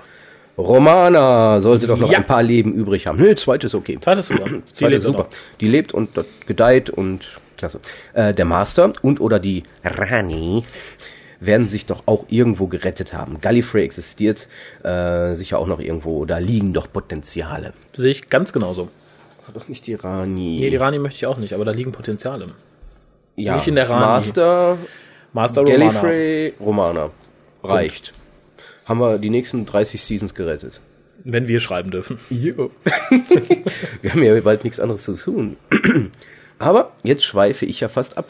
Speaker 3: Romana sollte doch noch
Speaker 2: Ja.
Speaker 3: ein paar Leben übrig haben. Nö, zweites ist okay.
Speaker 2: Zweites sogar. Die
Speaker 3: Zweite
Speaker 2: lebt
Speaker 3: ist super.
Speaker 2: noch.
Speaker 3: Die lebt und dort gedeiht und klasse. Äh, der Master und oder die Rani werden sich doch auch irgendwo gerettet haben. Gallifrey existiert äh, sicher auch noch irgendwo. Da liegen doch Potenziale.
Speaker 2: Sehe ich ganz genauso.
Speaker 3: War doch nicht die Rani.
Speaker 2: Nee, die Rani möchte ich auch nicht, aber da liegen Potenziale.
Speaker 3: ja,
Speaker 2: nicht in der Rani.
Speaker 3: Master
Speaker 2: Master Romana.
Speaker 3: Gallifrey Romana. Reicht. Haben wir die nächsten 30 Seasons gerettet.
Speaker 2: Wenn wir schreiben dürfen.
Speaker 3: Wir haben ja bald nichts anderes zu tun. Aber jetzt schweife ich ja fast ab.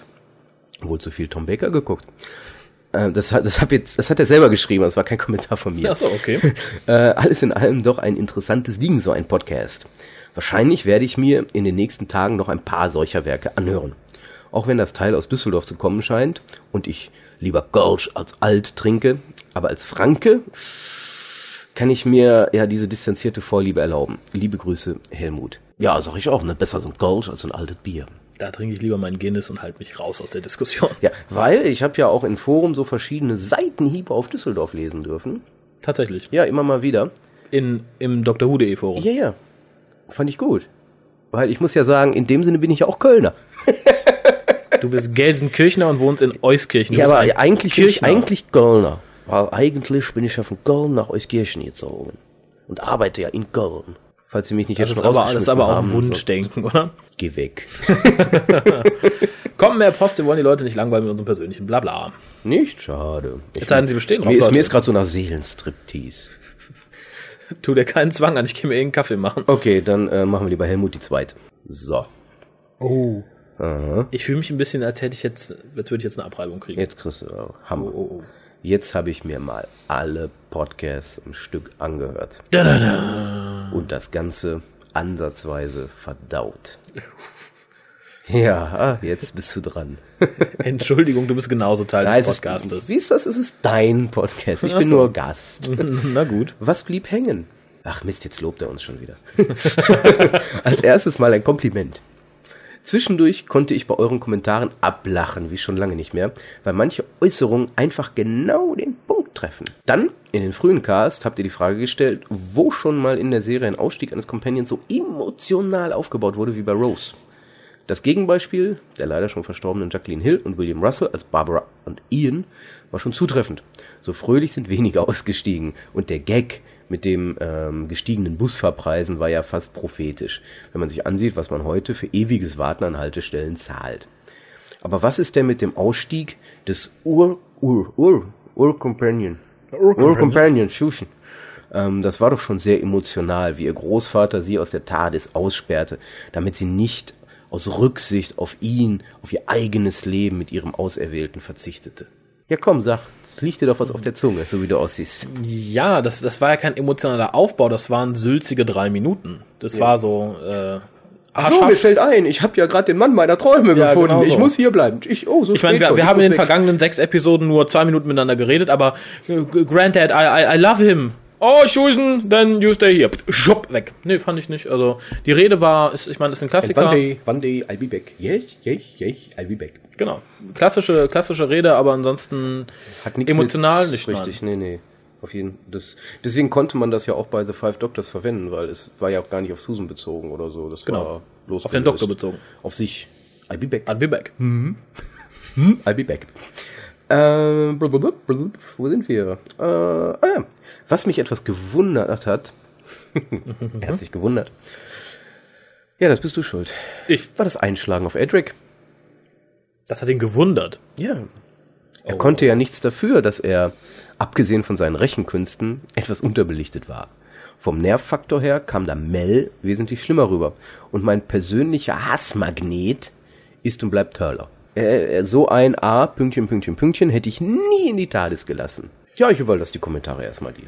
Speaker 3: Wohl zu viel Tom Baker geguckt. Äh, Das hat, das, hab jetzt, das hat er selber geschrieben, das war kein Kommentar von mir.
Speaker 2: Ja, so, okay.
Speaker 3: Äh, alles in allem doch ein interessantes Ding, so ein Podcast. Wahrscheinlich werde ich mir in den nächsten Tagen noch ein paar solcher Werke anhören. Auch wenn das Teil aus Düsseldorf zu kommen scheint und ich lieber Golsch als alt trinke, aber als Franke kann ich mir ja diese distanzierte Vorliebe erlauben. Liebe Grüße, Helmut. Ja, sag ich auch, ne? Besser so ein Golsch als so ein altes Bier.
Speaker 2: Da trinke ich lieber meinen Guinness und halte mich raus aus der Diskussion.
Speaker 3: Ja, weil ich habe ja auch in Forum so verschiedene Seitenhiebe auf Düsseldorf lesen dürfen.
Speaker 2: Tatsächlich.
Speaker 3: Ja, immer mal wieder.
Speaker 2: In, Im Dr. Who.de E Forum.
Speaker 3: Ja, ja. Fand ich gut. Weil ich muss ja sagen, in dem Sinne bin ich ja auch Kölner.
Speaker 2: Du bist Gelsenkirchner und wohnst in Euskirchen. Du
Speaker 3: Ja,
Speaker 2: bist
Speaker 3: aber
Speaker 2: ein
Speaker 3: eigentlich, bin ich
Speaker 2: Kirchner.
Speaker 3: eigentlich Kölner. Weil eigentlich bin ich ja von Köln nach Euskirchen gezogen. Und arbeite ja in Köln. Falls Sie mich nicht
Speaker 2: Das
Speaker 3: jetzt
Speaker 2: ist
Speaker 3: schon
Speaker 2: aber, das ist aber auch ein
Speaker 3: rausgeschmissen haben,
Speaker 2: Wunschdenken, oder?
Speaker 3: So. Geh weg.
Speaker 2: Kommen mehr Post, wir wollen die Leute nicht langweilen mit unserem persönlichen Blabla.
Speaker 3: Nicht schade. Ich
Speaker 2: Jetzt halten sie bestehen
Speaker 3: mir ist,
Speaker 2: Leute.
Speaker 3: mir ist gerade so nach Seelenstriptease.
Speaker 2: Tu dir keinen Zwang an, ich gehe mir irgendeinen Kaffee machen.
Speaker 3: Okay, dann äh, machen wir lieber Helmut die Zweite. So.
Speaker 2: Oh. Ich fühle mich ein bisschen, als hätte ich jetzt, als würde ich jetzt eine Abreibung kriegen.
Speaker 3: Jetzt kriegst du auch Hammer.
Speaker 2: oh, oh.
Speaker 3: Jetzt habe ich mir mal alle Podcasts im Stück angehört. Und das Ganze ansatzweise verdaut. Ja, ah, jetzt bist du dran.
Speaker 2: Entschuldigung, du bist genauso Teil
Speaker 3: Da
Speaker 2: des
Speaker 3: ist es-
Speaker 2: Podcastes.
Speaker 3: Siehst du das? Es ist dein Podcast. Ich
Speaker 2: Ach
Speaker 3: bin
Speaker 2: so.
Speaker 3: nur Gast.
Speaker 2: Na gut.
Speaker 3: Was blieb hängen? Ach Mist, jetzt lobt er uns schon wieder. Als erstes mal ein Kompliment. Zwischendurch konnte ich bei euren Kommentaren ablachen, wie schon lange nicht mehr, weil manche Äußerungen einfach genau den Punkt treffen. Dann, in den frühen Cast, habt ihr die Frage gestellt, wo schon mal in der Serie ein Ausstieg eines Companions so emotional aufgebaut wurde wie bei Rose. Das Gegenbeispiel der leider schon verstorbenen Jacqueline Hill und William Russell als Barbara und Ian war schon zutreffend. So fröhlich sind wenige ausgestiegen und der Gag mit dem ähm, gestiegenen Busfahrpreisen war ja fast prophetisch, wenn man sich ansieht, was man heute für ewiges Warten an Haltestellen zahlt. Aber was ist denn mit dem Ausstieg des Ur Ur Ur Ur Companion Ur Companion Schuschen? Ähm, das war doch schon sehr emotional, wie ihr Großvater sie aus der TARDIS aussperrte, damit sie nicht aus Rücksicht auf ihn, auf ihr eigenes Leben mit ihrem Auserwählten verzichtete. Ja komm, sag, es liegt dir doch was auf der Zunge, so wie du aussiehst.
Speaker 2: Ja, das, das war ja kein emotionaler Aufbau, das waren sülzige drei Minuten. Das war so, äh, hasch, hasch.
Speaker 3: fällt ein, ich habe ja gerade den Mann meiner Träume
Speaker 2: Ja, genau so.
Speaker 3: hier bleiben. Ich, oh, so
Speaker 2: Ich meine, wir, wir haben in den vergangenen sechs Episoden nur zwei Minuten miteinander geredet, aber äh, Granddad, I, I, I love him. Oh, Susan, then you stay here. Schupp, weg. Nee, fand ich nicht. Also, die Rede war, ist, ich meine, ist ein Klassiker.
Speaker 3: one day, I'll be back. Yes, yes, yes, I'll be back.
Speaker 2: Genau. Klassische, klassische Rede, aber ansonsten
Speaker 3: Hat nichts
Speaker 2: emotional
Speaker 3: mit,
Speaker 2: nicht.
Speaker 3: Richtig, nee, nee. Auf jeden das, Deswegen konnte man das ja auch bei The Five Doctors verwenden, weil es war ja auch gar nicht auf Susan bezogen oder so. Das
Speaker 2: Genau.
Speaker 3: war losgelöst.
Speaker 2: Auf den Doktor bezogen.
Speaker 3: Auf sich. I'll be back.
Speaker 2: Nein. I'll be back.
Speaker 3: I'll be back. Ähm, blub, blub, blub, blub. wo sind wir? Äh, ah ja. Was mich etwas gewundert hat. er hat sich gewundert. Ja, das bist du schuld.
Speaker 2: Ich,
Speaker 3: War das Einschlagen auf Edric?
Speaker 2: das hat ihn gewundert.
Speaker 3: Ja. Er konnte ja nichts dafür, dass er, abgesehen von seinen Rechenkünsten, etwas unterbelichtet war. Vom Nervfaktor her kam da Mel wesentlich schlimmer rüber. Und mein persönlicher Hassmagnet ist und bleibt Turler. Äh, äh, so ein A, Pünktchen, Pünktchen, Pünktchen, hätte ich nie in die TARDIS gelassen. Ja, ich überlasse die Kommentare erstmal dir.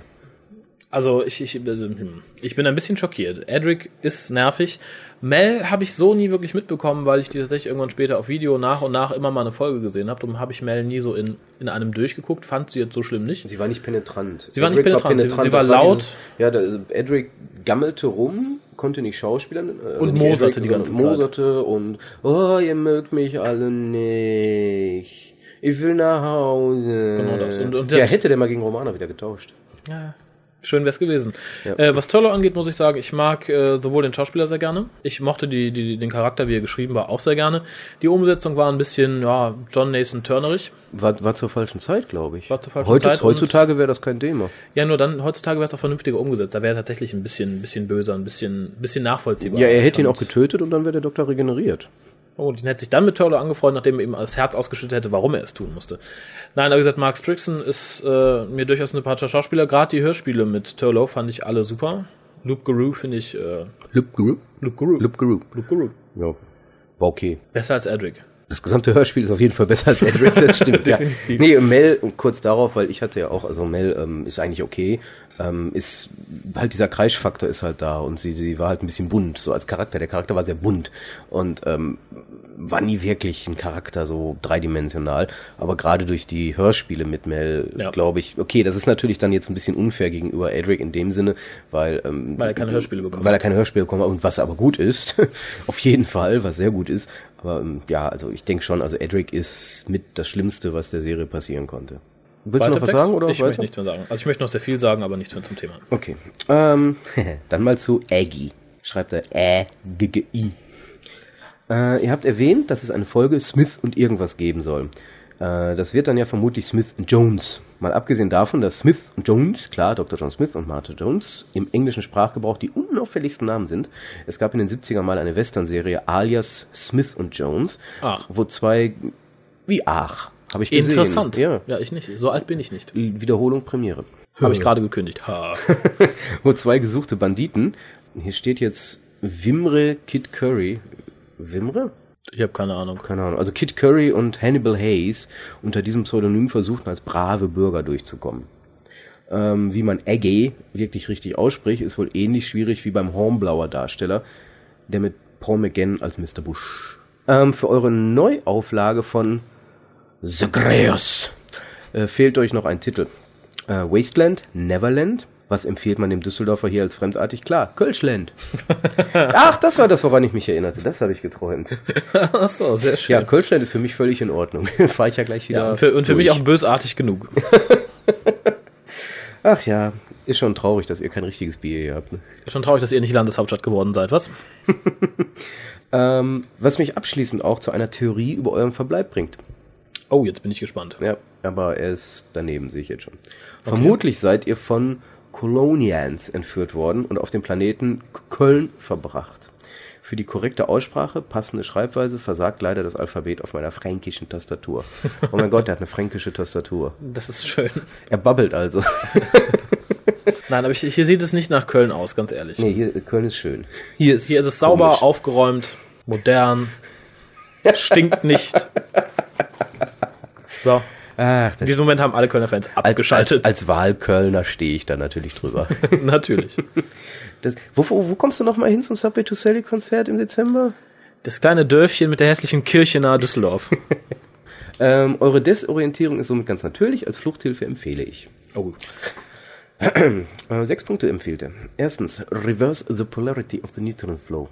Speaker 2: Also ich, ich, hm, ich bin ein bisschen schockiert. Edric ist nervig. Mel habe ich so nie wirklich mitbekommen, weil ich die tatsächlich irgendwann später auf Video nach und nach immer mal eine Folge gesehen habe. Darum habe ich Mel nie so in, in einem durchgeguckt. Fand sie jetzt so schlimm nicht.
Speaker 3: Sie war nicht penetrant.
Speaker 2: Sie war nicht penetrant, sie- sie war
Speaker 3: das
Speaker 2: laut.
Speaker 3: dieses- ja, da, Edric gammelte rum, konnte nicht schauspielern. äh,
Speaker 2: Und
Speaker 3: nicht
Speaker 2: moserte die ganze
Speaker 3: sondern Moserte und, oh, ihr mögt mich alle nicht. Ich will nach Hause.
Speaker 2: Genau das. Und- und
Speaker 3: ja,
Speaker 2: jetzt-
Speaker 3: hätte der mal gegen Romana wieder getauscht.
Speaker 2: Ja. Schön wär's gewesen. Äh, was Turlo angeht, muss ich sagen, ich mag äh, sowohl den Schauspieler sehr gerne. Ich mochte die, die, den Charakter, wie er geschrieben war, auch sehr gerne. Die Umsetzung war ein bisschen, ja, John Nathan Turnerig.
Speaker 3: War, war zur falschen Zeit, glaube ich.
Speaker 2: War zur falschen
Speaker 3: Heute,
Speaker 2: Zeit und-
Speaker 3: Heutzutage wäre das kein Thema.
Speaker 2: Ja, nur dann, heutzutage wäre es auch vernünftiger umgesetzt. Da wäre er tatsächlich ein bisschen, ein bisschen böser, ein bisschen, ein bisschen nachvollziehbar.
Speaker 3: Ja, er
Speaker 2: Ich
Speaker 3: hätte ihn auch
Speaker 2: fand's-
Speaker 3: getötet und dann wäre der Doktor regeneriert.
Speaker 2: Oh, den hätte sich dann mit Turlo angefreundet, nachdem ihm das Herz ausgeschüttet hätte, warum er es tun musste. Nein, aber wie gesagt, Mark Strickson ist äh, mir durchaus ein sympathischer Schauspieler. Gerade die Hörspiele mit Turlo fand ich alle super. Loop Guru finde ich äh,
Speaker 3: Loop Group?
Speaker 2: Loop Guru.
Speaker 3: Loop Group.
Speaker 2: Loop Guru.
Speaker 3: Ja. War okay.
Speaker 2: Besser als Edric.
Speaker 3: Das gesamte Hörspiel ist auf jeden Fall besser als Edric, das stimmt, ja. Nee, und Mel, und kurz darauf, weil ich hatte ja auch, also Mel ähm, ist eigentlich okay, ähm, ist halt dieser Kreischfaktor ist halt da und sie, sie war halt ein bisschen bunt, so als Charakter. Der Charakter war sehr bunt und ähm, war nie wirklich ein Charakter so dreidimensional, aber gerade durch die Hörspiele mit Mel,
Speaker 2: Ja.
Speaker 3: glaube ich, okay, das ist natürlich dann jetzt ein bisschen unfair gegenüber Edric in dem Sinne, weil ähm,
Speaker 2: Weil er keine Hörspiele bekommen
Speaker 3: weil er keine Hörspiele bekommen hat und was aber gut ist, auf jeden Fall, was sehr gut ist. Aber ähm, ja, also ich denke schon, also Edric ist mit das Schlimmste, was der Serie passieren konnte. Willst du noch was
Speaker 2: Text?
Speaker 3: sagen oder
Speaker 2: Ich
Speaker 3: weiter?
Speaker 2: möchte nichts mehr sagen. Also ich möchte noch sehr viel sagen, aber nichts mehr zum Thema.
Speaker 3: Okay. Ähm, dann mal zu Aggie. Schreibt er Ä G G I. Äh, ihr habt erwähnt, dass es eine Folge Smith und irgendwas geben soll. Äh, das wird dann ja vermutlich Smith und Jones. Mal abgesehen davon, dass Smith und Jones, klar, Dr. John Smith und Martha Jones, im englischen Sprachgebrauch die unauffälligsten Namen sind. Es gab in den 70ern mal eine Western-Serie alias Smith und Jones,
Speaker 2: Ah.
Speaker 3: wo zwei, wie Ach, habe ich gesehen.
Speaker 2: Interessant.
Speaker 3: Ja. Hm.
Speaker 2: ja, ich nicht. So alt bin ich nicht.
Speaker 3: Wiederholung Premiere.
Speaker 2: Habe ich gerade gekündigt. Ha.
Speaker 3: Wo zwei gesuchte Banditen, hier steht jetzt Wimre Kid Curry. Wimre?
Speaker 2: Ich habe keine Ahnung.
Speaker 3: keine Ahnung, also Kid Curry und Hannibal Hayes unter diesem Pseudonym versuchten als brave Bürger durchzukommen. Ähm, wie man Aggie wirklich richtig ausspricht, ist wohl ähnlich schwierig wie beim Hornblauer Darsteller, der mit Paul McGann als Mr. Bush. Ähm, für eure Neuauflage von The Greus äh, fehlt euch noch ein Titel. Äh, Wasteland, Neverland. Was empfiehlt man dem Düsseldorfer hier als fremdartig? Klar, Kölschland. Ach, das war das, woran ich mich erinnerte. Das habe ich geträumt.
Speaker 2: Ach so, sehr schön.
Speaker 3: Ja, Kölschland ist für mich völlig in Ordnung. Fahre ich ja gleich wieder.
Speaker 2: Ja, und für, und für mich
Speaker 3: durch.
Speaker 2: auch bösartig genug.
Speaker 3: Ach ja, ist schon traurig, dass ihr kein richtiges Bier hier habt. Ne?
Speaker 2: Schon traurig, dass ihr nicht Landeshauptstadt geworden seid, was?
Speaker 3: Ähm, was mich abschließend auch zu einer Theorie über euren Verbleib bringt.
Speaker 2: Oh, jetzt bin ich gespannt.
Speaker 3: Ja, aber er ist daneben, sehe ich jetzt schon. Vermutlich seid ihr von Colonians entführt worden und auf dem Planeten K- Köln verbracht. Für die korrekte Aussprache, passende Schreibweise versagt leider das Alphabet auf meiner fränkischen Tastatur. Oh mein Gott, er hat eine fränkische Tastatur.
Speaker 2: Das ist schön.
Speaker 3: Er babbelt also.
Speaker 2: Nein, aber ich, hier sieht es nicht nach Köln aus, ganz ehrlich.
Speaker 3: Nee, hier, Köln ist schön. Hier ist,
Speaker 2: Hier ist es sauber,
Speaker 3: komisch.
Speaker 2: aufgeräumt, modern, stinkt nicht. So,
Speaker 3: Ach,
Speaker 2: in diesem Moment haben alle Kölner Fans
Speaker 3: als, als,
Speaker 2: abgeschaltet.
Speaker 3: als Wahlkölner stehe ich da natürlich drüber.
Speaker 2: Natürlich.
Speaker 3: Das, wo, wo, wo kommst du nochmal hin zum Subway to Sally Konzert im Dezember?
Speaker 2: Das kleine Dörfchen mit der hässlichen Kirche nahe Düsseldorf.
Speaker 3: Ähm, eure Desorientierung ist somit ganz natürlich. Als Fluchthilfe empfehle ich.
Speaker 2: Oh,
Speaker 3: Äh, sechs Punkte empfiehlt er. Erstens, reverse the polarity of the neutron flow.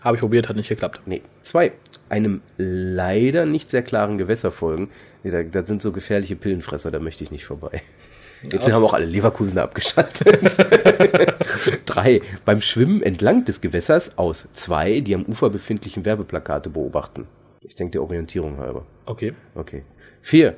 Speaker 2: habe ich probiert, hat nicht geklappt.
Speaker 3: Nee. Zwei, einem leider nicht sehr klaren Gewässer folgen. Nee, da, da sind so gefährliche Pillenfresser, da möchte ich nicht vorbei. Jetzt haben auch alle Leverkusener abgeschaltet. Drei, beim Schwimmen entlang des Gewässers aus. Zwei, die am Ufer befindlichen Werbeplakate beobachten. Ich denke der Orientierung halber.
Speaker 2: Okay.
Speaker 3: Okay. Vier,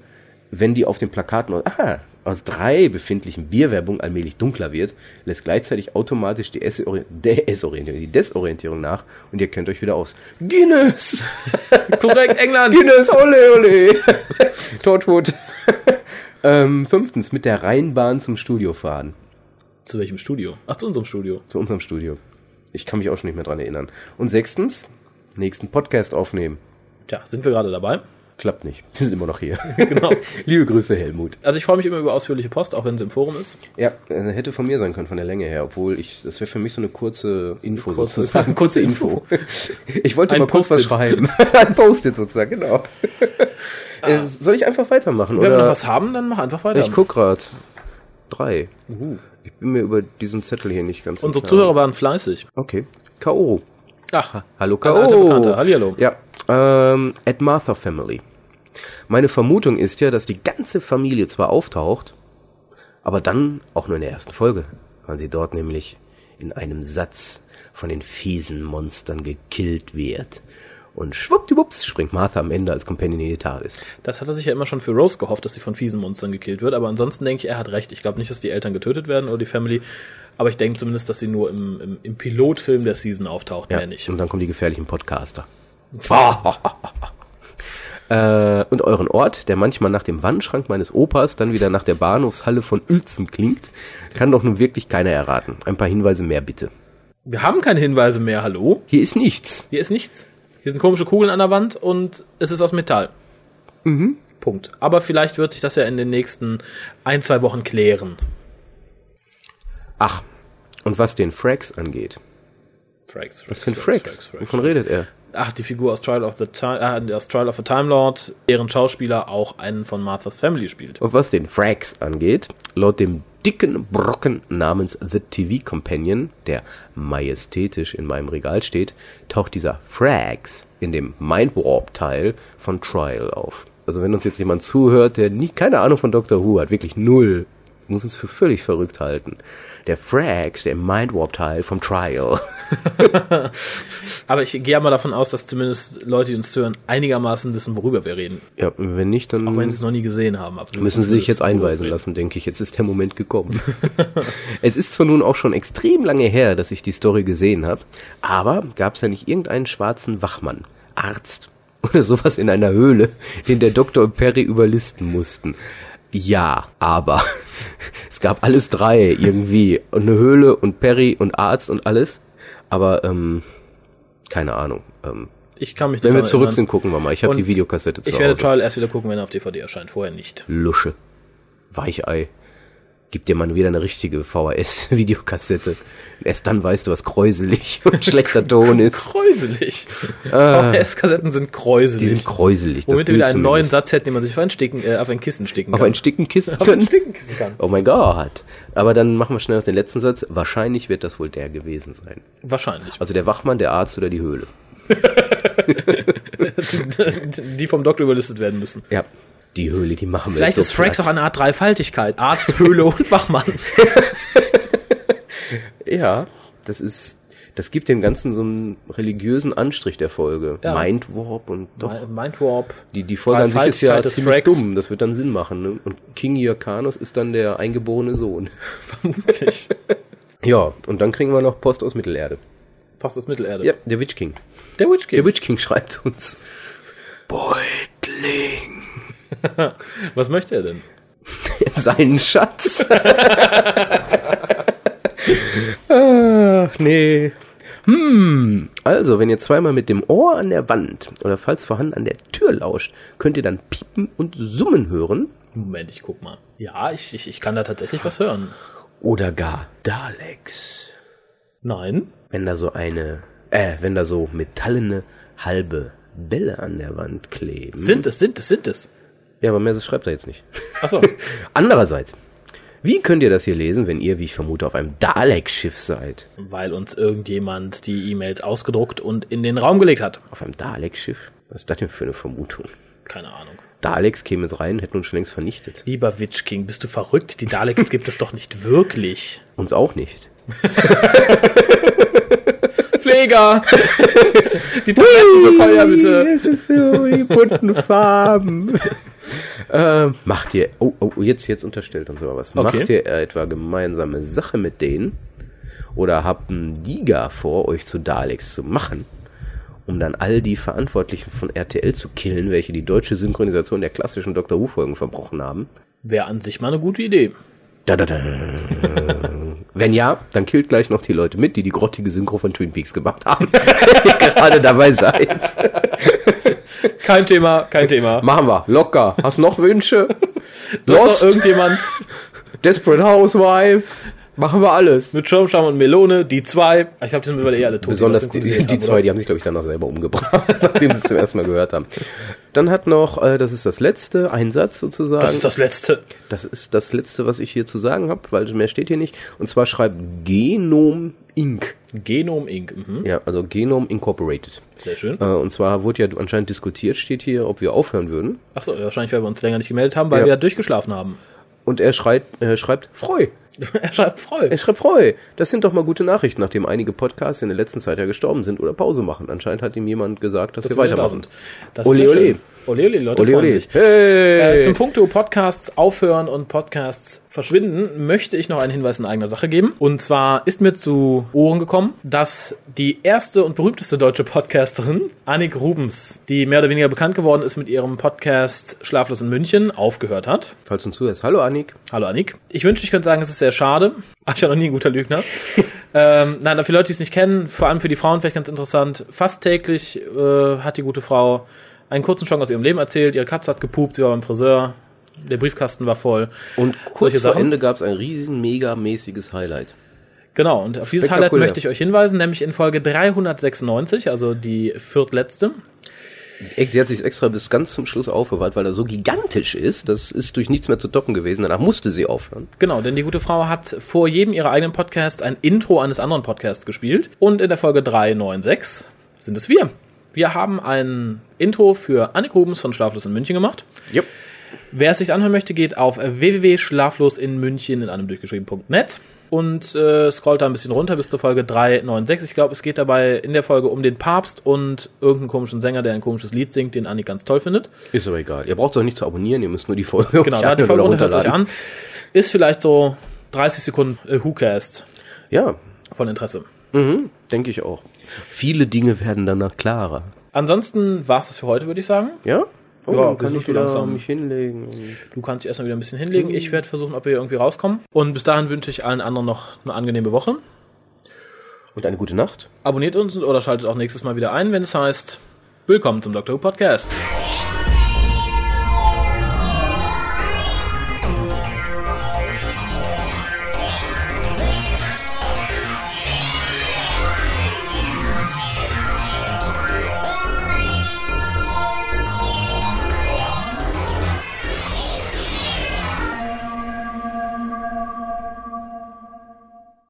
Speaker 3: wenn die auf den Plakaten aus, aha, aus drei befindlichen Bierwerbung allmählich dunkler wird, lässt gleichzeitig automatisch die S-Ori- Desorientierung, die Desorientierung nach und ihr kennt euch wieder aus. Guinness!
Speaker 2: Korrekt, England!
Speaker 3: Guinness, ole, ole! Tortwood. ähm, fünftens, mit der Rheinbahn zum Studio fahren.
Speaker 2: Zu welchem Studio? Ach, zu unserem Studio.
Speaker 3: Zu unserem Studio. Ich kann mich auch schon nicht mehr dran erinnern. Und sechstens, nächsten Podcast aufnehmen.
Speaker 2: Tja, sind wir gerade dabei.
Speaker 3: Klappt nicht. Wir sind immer noch hier.
Speaker 2: Genau.
Speaker 3: Liebe Grüße, Helmut.
Speaker 2: Also ich freue mich immer über ausführliche Post, auch wenn sie im Forum ist.
Speaker 3: Ja, äh, hätte von mir sein können, von der Länge her, obwohl ich, das wäre für mich so eine kurze Info
Speaker 2: Kurze-
Speaker 3: sozusagen. Kurze Info. Ich wollte
Speaker 2: Ein
Speaker 3: mal kurz was
Speaker 2: Post-it.
Speaker 3: schreiben. Ein Post-it sozusagen, genau. Äh, Soll ich einfach weitermachen,
Speaker 2: Ah. Wenn
Speaker 3: oder?
Speaker 2: wir noch was haben, dann mach einfach weiter. Uh,
Speaker 3: ich guck grad. Drei. Ich bin mir über diesen Zettel hier nicht ganz
Speaker 2: Unsere
Speaker 3: im Klaren.
Speaker 2: Zuhörer waren fleißig.
Speaker 3: Okay. K.O.
Speaker 2: Ach,
Speaker 3: Hallo
Speaker 2: Ein
Speaker 3: K.O.
Speaker 2: alter Bekannter. Hallihallo.
Speaker 3: Ja. Ähm, at Martha Family. Meine Vermutung ist ja, dass die ganze Familie zwar auftaucht, aber dann auch nur in der ersten Folge, weil sie dort nämlich in einem Satz von den fiesen Monstern gekillt wird. Und schwuppdiwupps springt Martha am Ende als Companion Editaris.
Speaker 2: Das hat er sich ja immer schon für Rose gehofft, dass sie von fiesen Monstern gekillt wird. Aber ansonsten denke ich, er hat recht. Ich glaube nicht, dass die Eltern getötet werden oder die Family. Aber ich denke zumindest, dass sie nur im, im, im Pilotfilm der Season auftaucht, mehr nicht.
Speaker 3: Und dann kommen die gefährlichen Podcaster. äh, und euren Ort, der manchmal nach dem Wandschrank meines Opas, dann wieder nach der Bahnhofshalle von Uelzen klingt, kann doch nun wirklich keiner erraten. Ein paar Hinweise mehr bitte.
Speaker 2: Wir haben keine Hinweise mehr, hallo?
Speaker 3: Hier ist nichts.
Speaker 2: Hier ist nichts. Hier sind komische Kugeln an der Wand und es ist aus Metall. Mhm. Punkt. Aber vielleicht wird sich das ja in den nächsten ein, zwei Wochen klären.
Speaker 3: Ach, und was den Frags angeht.
Speaker 2: Frags, Frags,
Speaker 3: Was für ein Frags? Wovon redet er?
Speaker 2: Ach, die Figur aus Trial of the Time, äh, aus Trial of the Time Lord, deren Schauspieler auch einen von Marthas Family spielt.
Speaker 3: Und was den Frags angeht, laut dem dicken Brocken namens The TV Companion, der majestätisch in meinem Regal steht, taucht dieser Frags in dem Mindwarp-Teil von Trial auf. Also wenn uns jetzt jemand zuhört, der nie, keine Ahnung von Doctor Who hat, wirklich null, muss uns für völlig verrückt halten. Der Frags, der Mindwarp-Teil vom Trial.
Speaker 2: Aber ich gehe mal davon aus, dass zumindest Leute, die uns hören, einigermaßen wissen, worüber wir reden.
Speaker 3: Ja, wenn nicht, dann
Speaker 2: Auch wenn sie es noch nie gesehen haben. aber
Speaker 3: Mhm. müssen sie sich
Speaker 2: zumindest
Speaker 3: jetzt
Speaker 2: worüber
Speaker 3: einweisen
Speaker 2: wir reden.
Speaker 3: lassen, denke ich. Jetzt ist der Moment gekommen. es ist zwar nun auch schon extrem lange her, dass ich die Story gesehen habe, aber gab es ja nicht irgendeinen schwarzen Wachmann, Arzt oder sowas in einer Höhle, den der Doktor und Perry überlisten mussten. Ja, aber es gab alles drei irgendwie. Und eine Höhle und Perry und Arzt und alles. Aber, ähm, keine Ahnung. Ähm,
Speaker 2: Ich kann mich nicht
Speaker 3: wenn wir
Speaker 2: daran
Speaker 3: zurück
Speaker 2: erinnern.
Speaker 3: sind, gucken wir mal. Ich habe
Speaker 2: Und
Speaker 3: die Videokassette zu
Speaker 2: Ich werde
Speaker 3: Hause.
Speaker 2: Trial erst wieder gucken, wenn er auf DVD erscheint. Vorher nicht.
Speaker 3: Lusche. Weichei. Gib dir mal wieder eine richtige VHS-Videokassette. Erst dann weißt du, was kräuselig und schlechter Ton ist.
Speaker 2: Kräuselig. VHS-Kassetten sind kräuselig.
Speaker 3: Ah. Die sind kräuselig.
Speaker 2: Womit wir
Speaker 3: Bild
Speaker 2: wieder einen neuen
Speaker 3: zumindest.
Speaker 2: Satz hätten, den man sich auf ein, Sticken, äh, auf ein Kissen sticken
Speaker 3: Auf
Speaker 2: kann.
Speaker 3: ein Stickenkissen
Speaker 2: auf ein
Speaker 3: können?
Speaker 2: Stickenkissen kann.
Speaker 3: Oh mein Gott. Aber dann machen wir schnell noch den letzten Satz. Wahrscheinlich wird das wohl der gewesen sein.
Speaker 2: Wahrscheinlich.
Speaker 3: Also der Wachmann, der Arzt oder die Höhle.
Speaker 2: die vom Doktor überlistet werden müssen.
Speaker 3: Ja. Die Höhle, die machen wir
Speaker 2: Vielleicht
Speaker 3: jetzt
Speaker 2: ist
Speaker 3: so
Speaker 2: Frax auch
Speaker 3: platt.
Speaker 2: eine Art Dreifaltigkeit. Arzt, Höhle und Wachmann.
Speaker 3: Ja. Das ist, das gibt dem Ganzen so einen religiösen Anstrich der Folge.
Speaker 2: Ja.
Speaker 3: Mindwarp und doch.
Speaker 2: Mindwarp.
Speaker 3: Die, die Folge an sich ist ja
Speaker 2: Dreifaltigkeit des
Speaker 3: ziemlich
Speaker 2: Fracks.
Speaker 3: dumm, das wird dann Sinn machen. Ne? Und King Iacanus ist dann der eingeborene Sohn.
Speaker 2: Vermutlich.
Speaker 3: Ja, und dann kriegen wir noch Post aus Mittelerde.
Speaker 2: Passt aus Mittelerde.
Speaker 3: Ja, der Witch King.
Speaker 2: Der Witch King.
Speaker 3: Der Witch King schreibt uns. Beutling.
Speaker 2: Was möchte er denn?
Speaker 3: Seinen Schatz. Ach, nee. Hm, also, wenn ihr zweimal mit dem Ohr an der Wand oder falls vorhanden an der Tür lauscht, könnt ihr dann piepen und summen hören
Speaker 2: Moment, ich guck mal. Ja, ich, ich, ich kann da tatsächlich was hören.
Speaker 3: oder gar Daleks.
Speaker 2: Nein.
Speaker 3: wenn da so eine, äh, wenn da so metallene halbe Bälle an der Wand kleben.
Speaker 2: Sind es, sind es, sind es.
Speaker 3: Ja, aber mehr schreibt er jetzt nicht.
Speaker 2: Achso.
Speaker 3: Andererseits, wie könnt ihr das hier lesen, wenn ihr, wie ich vermute, auf einem Dalek-Schiff seid?
Speaker 2: Weil uns irgendjemand die E-Mails ausgedruckt und in den Raum gelegt hat.
Speaker 3: Auf einem Dalek-Schiff? Was ist das denn für eine Vermutung?
Speaker 2: Keine Ahnung.
Speaker 3: Daleks kämen jetzt rein, hätten uns schon längst vernichtet.
Speaker 2: Lieber Witch King, bist du verrückt? Die Daleks gibt es doch nicht wirklich.
Speaker 3: Uns auch nicht.
Speaker 2: Pfleger! Die Tabletten für Kolja, bitte.
Speaker 3: Es ist so die bunten Farben. ähm, macht ihr, oh, oh, jetzt, jetzt unterstellt uns aber was.
Speaker 2: Okay.
Speaker 3: Macht ihr etwa gemeinsame Sache mit denen? Oder habt einen Liga vor, euch zu Daleks zu machen? Um dann all die Verantwortlichen von RTL zu killen, welche die deutsche Synchronisation der klassischen Doctor Who-Folgen verbrochen haben?
Speaker 2: Wäre an sich mal eine gute Idee.
Speaker 3: Da, da, da. Wenn ja, dann killt gleich noch die Leute mit, die die grottige Synchro von Twin Peaks gemacht haben. Wenn ihr gerade dabei seid.
Speaker 2: Kein Thema, kein Thema.
Speaker 3: Machen wir, locker. Hast noch Wünsche?
Speaker 2: Sonst noch
Speaker 3: Lost,
Speaker 2: irgendjemand
Speaker 3: Desperate Housewives, machen wir alles.
Speaker 2: mit Schirmscham und Melone, die zwei. Ich glaube, die sind mittlerweile eh alle tot.
Speaker 3: Besonders
Speaker 2: das
Speaker 3: die,
Speaker 2: synchronisiert
Speaker 3: die
Speaker 2: haben,
Speaker 3: zwei, die haben sich, glaube ich, danach selber umgebracht, nachdem sie es zum ersten Mal gehört haben. Dann hat noch, äh, das ist das letzte, ein Satz sozusagen.
Speaker 2: oder? Das ist das Letzte.
Speaker 3: Das ist das letzte, was ich hier zu sagen habe, weil mehr steht hier nicht. Und zwar schreibt Genom Inc.
Speaker 2: Genom Inc. Mhm.
Speaker 3: Ja, also Genom Incorporated.
Speaker 2: Sehr schön.
Speaker 3: Äh, und zwar wurde ja anscheinend diskutiert, steht hier, ob wir aufhören würden.
Speaker 2: Achso, wahrscheinlich, weil wir uns länger nicht gemeldet haben, weil
Speaker 3: Ja.
Speaker 2: wir ja durchgeschlafen haben.
Speaker 3: Und er schreit, äh, schreibt, Freu.
Speaker 2: er schreibt Freu.
Speaker 3: Er schreibt Freu. Das sind doch mal gute Nachrichten, nachdem einige Podcasts in der letzten Zeit ja gestorben sind oder Pause machen. Anscheinend hat ihm jemand gesagt, dass, wir weitermachen.
Speaker 2: Das ist
Speaker 3: Ole,
Speaker 2: sehr
Speaker 3: ole.
Speaker 2: schön. Ole, ole, die Leute
Speaker 3: Ole,
Speaker 2: freuen
Speaker 3: ole.
Speaker 2: sich.
Speaker 3: Hey!
Speaker 2: Äh, zum Punkto Podcasts aufhören und Podcasts verschwinden, möchte ich noch einen Hinweis in eigener Sache geben. Und zwar ist mir zu Ohren gekommen, dass die erste und berühmteste deutsche Podcasterin, Annik Rubens, die mehr oder weniger bekannt geworden ist mit ihrem Podcast Schlaflos in München, aufgehört hat.
Speaker 3: Falls du uns zuhörst. Hallo, Annik.
Speaker 2: Hallo Annik. Ich wünschte, ich könnte sagen, es ist sehr schade. War ich ja noch nie ein guter Lügner. ähm, nein, aber für Leute, die es nicht kennen, vor allem für die Frauen vielleicht ganz interessant, fast täglich äh, hat die gute Frau einen kurzen Schwank aus ihrem Leben erzählt. Ihre Katze hat gepupt, sie war beim Friseur, der Briefkasten war voll.
Speaker 3: Und kurz vor
Speaker 2: Sachen?
Speaker 3: Ende gab es ein riesen, mega mäßiges Highlight.
Speaker 2: Genau, und auf dieses
Speaker 3: Spektakulär.
Speaker 2: Highlight möchte ich euch hinweisen, nämlich in Folge 396, also die viertletzte.
Speaker 3: Ex- Sie hat sich extra bis ganz zum Schluss aufbewahrt, weil er so gigantisch ist. Das ist durch nichts mehr zu toppen gewesen. Danach musste sie aufhören.
Speaker 2: Genau, denn die gute Frau hat vor jedem ihrer eigenen Podcasts ein Intro eines anderen Podcasts gespielt. Und in der Folge 396 sind es wir. Wir haben ein Intro für Annik Rubens von Schlaflos in München gemacht.
Speaker 3: Yep.
Speaker 2: Wer es sich anhören möchte, geht auf www.schlaflosinmünchen in einem durchgeschrieben.net und äh, scrollt da ein bisschen runter bis zur Folge 396. Ich glaube, es geht dabei in der Folge um den Papst und irgendeinen komischen Sänger, der ein komisches Lied singt, den Anni ganz toll findet.
Speaker 3: Ist aber egal. Ihr braucht es auch nicht zu abonnieren, ihr müsst nur die Folge
Speaker 2: Genau,
Speaker 3: euch
Speaker 2: da hat die
Speaker 3: anhören
Speaker 2: Folge
Speaker 3: oder
Speaker 2: runter, hört euch an. Ist vielleicht so 30 Sekunden äh, WhoCast
Speaker 3: Ja,
Speaker 2: von Interesse.
Speaker 3: denke ich auch. Viele Dinge werden danach klarer.
Speaker 2: Ansonsten war's das für heute, würde ich sagen.
Speaker 3: Ja? Oh,
Speaker 2: Ja, wir sind so langsam.
Speaker 3: hinlegen.
Speaker 2: Du kannst dich erstmal wieder ein bisschen hinlegen. Ich werde versuchen, ob wir hier irgendwie rauskommen. Und bis dahin wünsche ich allen anderen noch eine angenehme Woche.
Speaker 3: Und eine gute Nacht.
Speaker 2: Abonniert uns oder schaltet auch nächstes Mal wieder ein, wenn es heißt, willkommen zum Dr. Who Podcast.